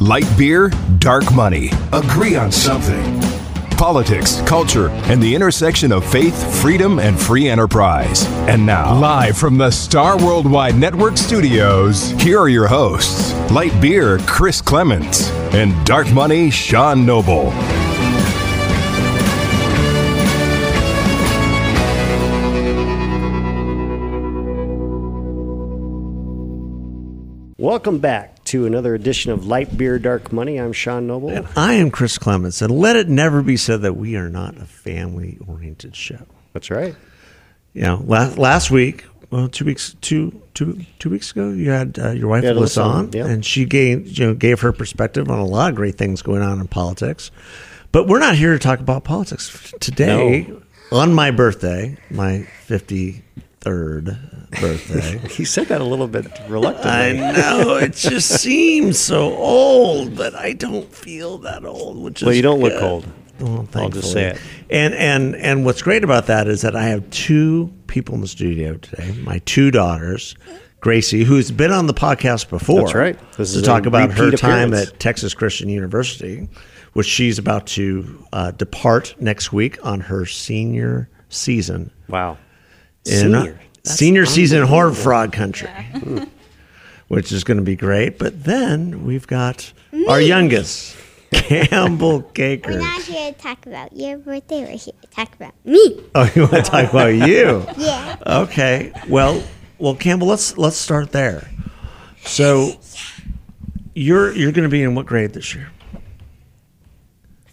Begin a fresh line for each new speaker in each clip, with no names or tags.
Light beer, dark money. Agree on something. Politics, culture, and the intersection of faith, freedom, and free enterprise. And now, live from the Star Worldwide Network studios, here are your hosts Light Beer, Chris Clements, and Dark Money, Sean Noble.
Welcome back to another edition of Light Beer Dark Money. I'm Sean Noble.
And I am Chris Clements, and let it never be said that we are not a family oriented show.
That's right.
You know, last, last week, well, two weeks, two, two, two weeks ago, you had uh, your wife
Yeah,
Liz
Liz
on,
on, yeah.
and she gave you know gave her perspective on a lot of great things going on in politics. But we're not here to talk about politics today. On my birthday, my fifty third birthday.
He said that a little bit
I
reluctantly.
know it just seems so old, but I don't feel that old. Which
Well,
is
you don't look
good.
old.
Well,
I'll just
thankfully.
say it.
And and and what's great about that is that I have two people in the studio today. My two daughters, Gracie, who's been on the podcast before.
That's right. This
to
is
talk
a
about her
repeat
time
appearance.
at Texas Christian University, which she's about to uh, depart next week on her senior season
wow.
in
Senior.
senior season in horn frog country, Hmm. which is going to be great. But then we've got our youngest, Campbell
We're
Caker.
not here to talk about your birthday. We're here to talk about me.
Oh, you want to talk about you?
Yeah.
Okay. Well, well, Campbell, let's let's start there. So, you're you're going to be in what grade this year?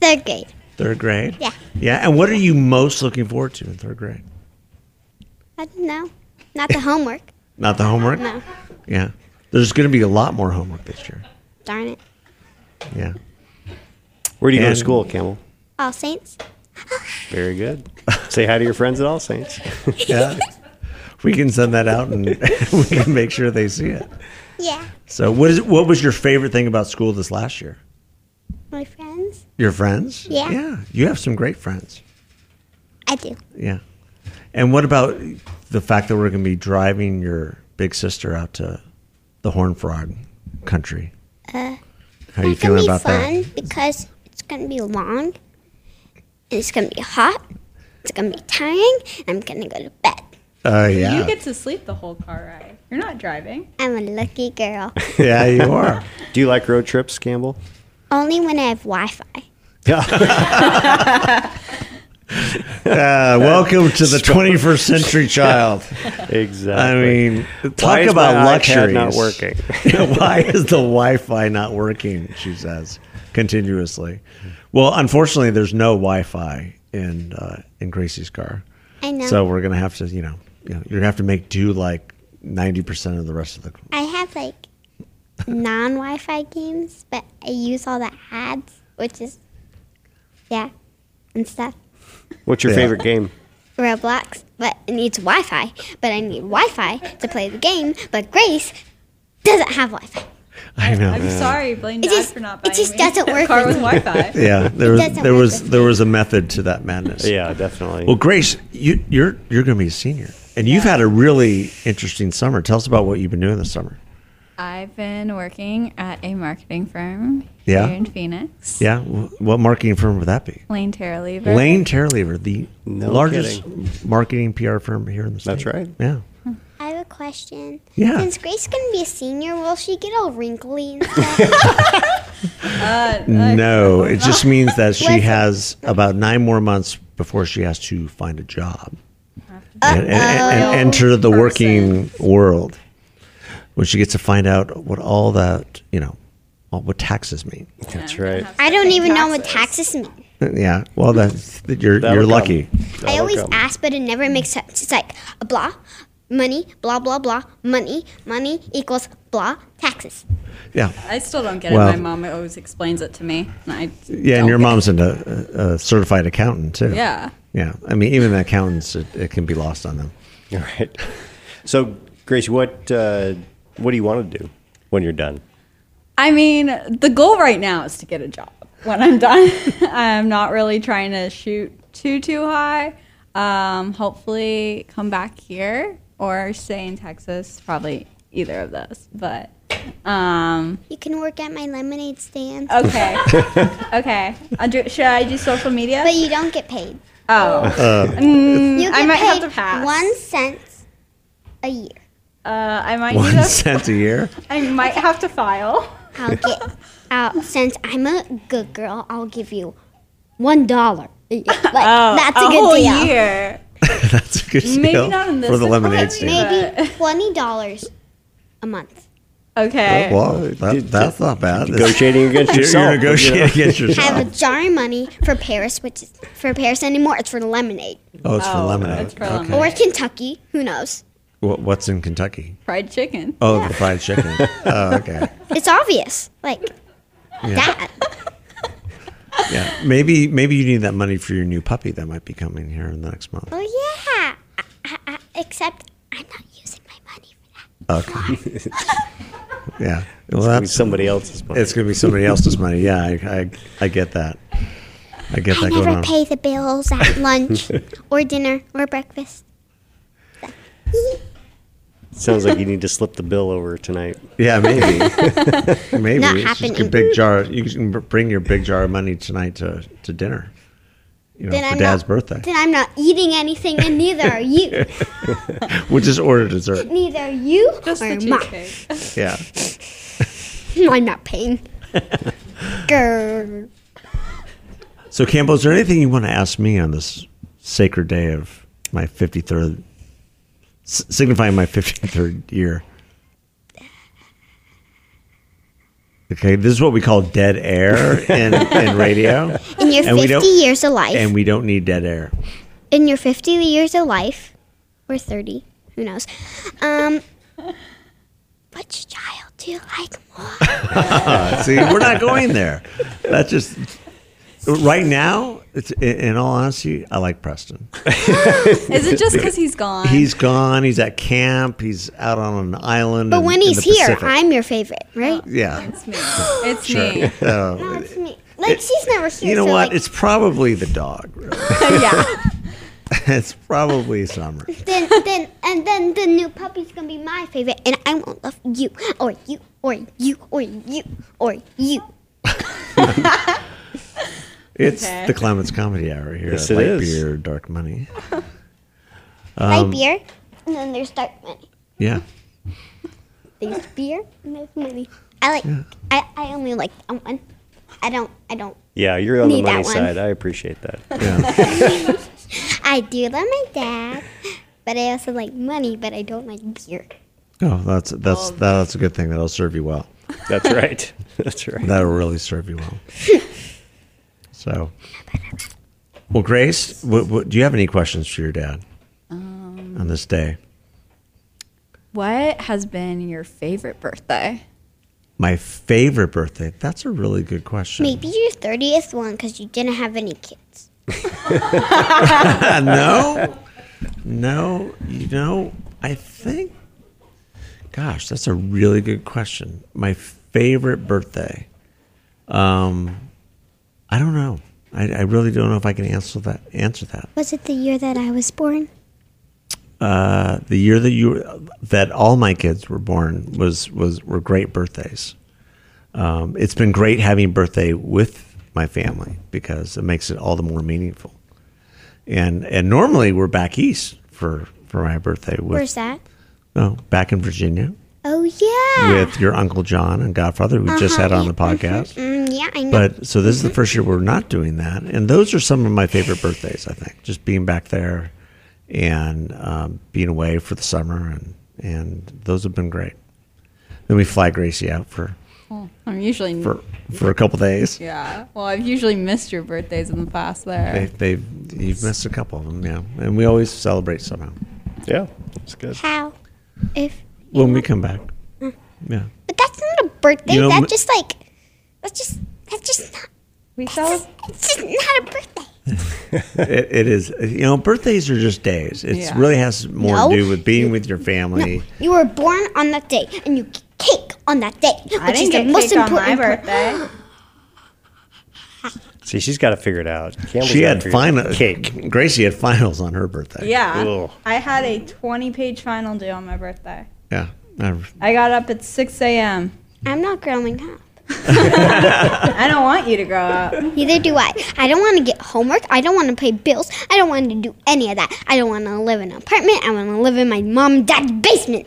Third grade.
Third grade.
Yeah.
Yeah. And what are you most looking forward to in third grade?
I don't know. Not the homework.
Not the homework.
No.
Yeah. There's going to be a lot more homework this year.
Darn it.
Yeah.
Where do you go to
And-
school, Camel?
All Saints.
Very good. Say hi to your friends at All Saints.
Yeah. We can send that out and we can make sure they see it.
Yeah.
So what is what was your favorite thing about school this last year?
My friends.
Your friends?
Yeah.
Yeah. You have some great friends.
I do.
Yeah. And what about the fact that we're gonna be driving your big sister out to the Horn Frog country? Uh, How are you
it's gonna
feeling
be
about
fun
that?
because it's gonna be long. And it's gonna be hot. It's gonna be tiring. I'm gonna go to bed.
Oh yeah.
You get to sleep the whole car ride. You're not driving.
I'm a lucky girl.
yeah, you are.
Do you like road trips, Campbell?
Only when I have Wi-Fi.
Uh, welcome to the 21st century child.
Exactly.
I mean,
Why
talk
is
about
my iPad
luxuries.
not working.
Why is the Wi-Fi not working? She says continuously. Well, unfortunately, there's no Wi-Fi in uh, in Gracie's car,
I know.
so we're gonna have to, you know, you know you're gonna have to make do like ninety percent of the rest of the.
I have like non-Wi-Fi games, but I use all the ads, which is yeah, and stuff.
What's your
Yeah.
favorite game?
Roblox, but it needs Wi-Fi. But I need Wi-Fi to play the game. But Grace doesn't have Wi-Fi.
I know.
I'm sorry, blame God
just-
for not
it
buying
just
me
doesn't
a
work
car
with
with
me.
Wi-Fi.
Yeah, there
doesn't
was there
work
was
with-
there was a method to that madness.
Yeah, definitely.
Well, Grace, you, you're you're gonna be a senior, and you've had a really interesting summer. Tell us about what you've been doing this summer.
I've been working at a marketing firm
Yeah.
here in Phoenix.
Yeah, wh- what marketing firm would that be?
Lane Terraleaver.
Lane Terlever, the
No
largest marketing PR firm here in the state.
That's right.
Yeah.
I have a question.
Yeah.
Since Grace is gonna be a senior, will she get all wrinkly and stuff?
No, it just means that she
Listen.
has about nine more months before she has to find a job and, and, and, and enter the working world when she gets to find out what all that, you know, all, what taxes mean.
That's right.
I don't even know what taxes mean.
Yeah. Well, that's, that you're,
That'll
you're
come.
lucky.
I
That'll
always
come.
ask, but it never makes sense. It's like blah, money, blah blah blah, money, money equals blah taxes.
Yeah.
I still don't get
Well-
it. My mom always explains it to me. And I
Yeah.
don't
And your
get
mom's an, a, a a certified accountant, too.
it. Yeah.
Yeah. I mean, even the accountants, it, it can be lost on them.
All right. So, Grace, what uh, what do you want to do when you're done?
I mean, the goal right now is to get a job when I'm done. I'm not really trying to shoot too too high. Um, hopefully, come back here or stay in Texas. Probably either of those, but Um,
You can work at my lemonade stand,
okay. okay. I'll do, should I do social media?
but you don't get paid.
oh.
You
I
get
might
paid
have to pass.
one cent a year.
Uh, I might need
One
a,
cent a year.
I might have to file.
I'll get out since I'm a good girl. I'll give you one dollar. Like that's a
Oh, a
good
whole
deal.
year.
That's a good
Maybe
deal
not in this
for the lemonade
economy,
stand.
Maybe twenty dollars a month.
Okay.
Oh, Well, that, that's not bad.
Negotiating against
You're,
yourself.
you're
you know?
negotiating against
I
yourself.
have a jar of money for Paris, which is for Paris anymore. It's for lemonade
Oh, it's for
Oh,
lemonade.
it's for
okay.
lemonade.
or Kentucky. Who knows?
What, what's in Kentucky?
Fried chicken.
Oh, the fried chicken. oh, okay.
It's obvious, like that.
Yeah. Maybe maybe you need that money for your new puppy that might be coming here in the next month.
Oh yeah. I, I, I, except I'm not using my money for that.
Okay. yeah. Well, that's
somebody else's money.
It's gonna be somebody else's money. Yeah, I, I, I get that. I get
I
that going
never
on.
pay the bills at lunch or dinner or breakfast.
Sounds like you need to slip the bill over tonight.
Yeah, maybe, maybe.
Not
it's just a
happening.
big jar. You can br- bring your big jar of money tonight to, to dinner. You know,
Then
for
I'm
Dad's
not-
birthday.
Then I'm not eating anything, and neither are you.
We'll just order dessert.
Neither you
Just
or
the
mom.
cheesecake.
Yeah.
I'm not paying. Grr.
So, Campbell, is there anything you want to ask me on this sacred day of my 53rd, s- signifying my 53rd year? Okay, this is what we call dead air in, in radio.
In your
And we
50
don't-
years of life,
And we don't need dead air.
in your 50 years of life, or 30, who knows? Um, which child do you like more?
See, we're not going there. That's just right now. It's in in all honesty, I like Preston.
Is it just because he's gone?
He's gone. He's at camp. He's out on an island.
But
in-
when
in
he's
the
here,
Pacific.
I'm your favorite, right?
yeah.
It's me. It's me.
No, it's me. Like, she's never here.
You know
so,
what?
like,
it's probably the dog.
yeah.
it's probably summer.
then, then, and then the new puppy's gonna be my favorite, and I won't love you, or you, or you, or you, or you.
It's
Okay.
the Clements Comedy Hour here.
Yes,
at
it
Light
is.
Beer, Dark Money. Um,
Light beer, and then there's dark money.
Yeah.
There's beer and there's money. I like. I, I only like that one. I don't. I don't.
Yeah, you're on the
Need that
money
one.
side. I appreciate that.
Yeah.
I do love my dad, but I also like money. But I don't like beer.
Oh, that's that's that's a good thing. That'll serve you well.
That's right. That's right.
That'll really serve you well. so, well, Grace, what, what, do you have any questions for your dad on this day?
What has been your favorite birthday?
My favorite birthday. That's a really good question.
Maybe your thirtieth one because you didn't have any kids.
Uh, no, no. You know, I think. Gosh, that's a really good question. My favorite birthday. Um, I don't know. I, I really don't know if I can answer that. Answer that.
Was it the year that I was born?
uh, the year that you were- that all my kids were born was was were great birthdays. Um, it's been great having birthday with my family because it makes it all the more meaningful. And and normally we're back east for for my birthday with
Where's that?
oh, back in Virginia
Oh yeah.
with your uncle John and Godfather who
Uh-huh.
just had on the podcast.
Mm, yeah, I know.
But so this is the first year we're not doing that, and those are some of my favorite birthdays. I think just being back there and um, being away for the summer, and and those have been great. Then we fly Gracie out for
I'm usually
for for a couple days.
yeah. Well, I've usually missed your birthdays in the past.
They
There.
they you've missed a couple of them, yeah. And we always celebrate somehow
Yeah, that's good.
How? If.
when we come back. Yeah,
But that's not a birthday.
You know, m-
that's just like. That's just. That's just not.
We celebrate.
It's just not a birthday.
it, it is. You know, birthdays are just days. It
Yeah.
really has more
No.
to do with being with your family.
You were born on that day, and you get cake on that day,
I
which
didn't
is the
get
most
cake on
important
my
part.
birthday.
See, she's got it figured out. Campbell's
She
got it
had
figured
final
out. cake.
Gracie had finals on her birthday.
Yeah.
Ugh.
I had a 20 page final due on my birthday.
yeah. I-
I got up at 6 a.m.
I'm not growing up.
I don't want you to grow up.
Neither do I. I don't want to get homework. I don't want to pay bills. I don't want to do any of that. I don't want to live in an apartment. I want to live in my mom and dad's basement.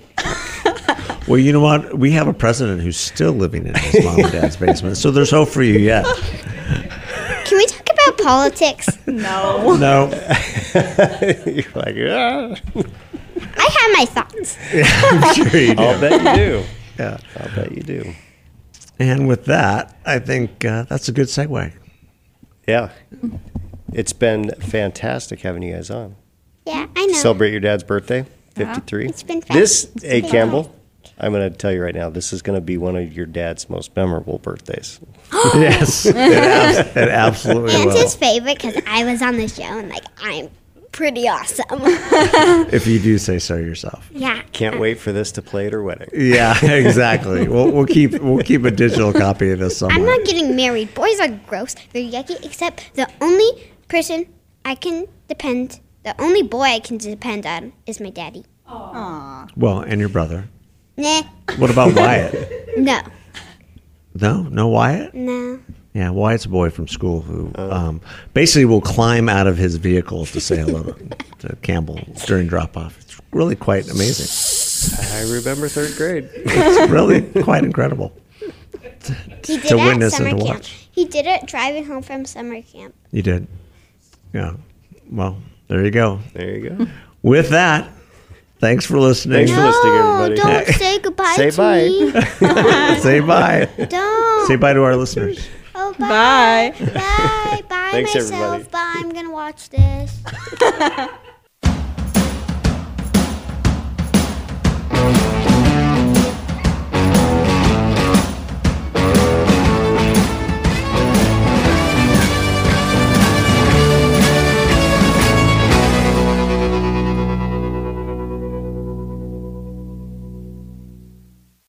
Well, you know what? We have a president who's still living in his mom and dad's basement, so there's hope for you yet.
Can we talk about politics?
No.
No,
You're like, ah.
I have my thoughts.
I'm sure you do.
I'll bet you do.
Yeah.
I'll bet you do.
And with that, I think uh, that's a good segue.
Yeah. It's been fantastic having you guys on.
Yeah, I know.
Celebrate your dad's birthday, 53.
It's been fun.
This, A.
been
Campbell, I'm going to tell you right now, this is going to be one of your dad's most memorable birthdays.
yes, it, abs- it absolutely
and
will.
his favorite because I was on the show and like I'm pretty awesome.
If you do say so yourself.
yeah.
Can't wait for this to play at her wedding.
Yeah, exactly. We'll, we'll keep we'll keep a digital copy of this
I'm
somewhere.
not getting married. Boys are gross. They're yucky. Except the only person I can depend, the only boy I can depend on is my daddy.
Well, and your brother.
Nah,
What about Wyatt?
no,
No, no Wyatt.
no.
Yeah, Wyatt's a boy from school who
Uh.
um, basically will climb out of his vehicle to say hello to, to Campbell during drop off. It's really quite amazing.
I remember third grade.
It's really quite incredible.
He did
To
it at
witness and
summer
to
camp.
watch.
He did it driving home from summer camp.
You did. Yeah. Well, there you go.
There you go.
With that, thanks for listening.
Thanks for listening,
No,
everybody.
don't say goodbye
Say
to
bye.
me.
Say bye.
Don't.
Say bye to our listeners.
Oh,
Bye.
Bye. Bye
Thanks,
myself.
everybody.
Bye. I'm going to watch this.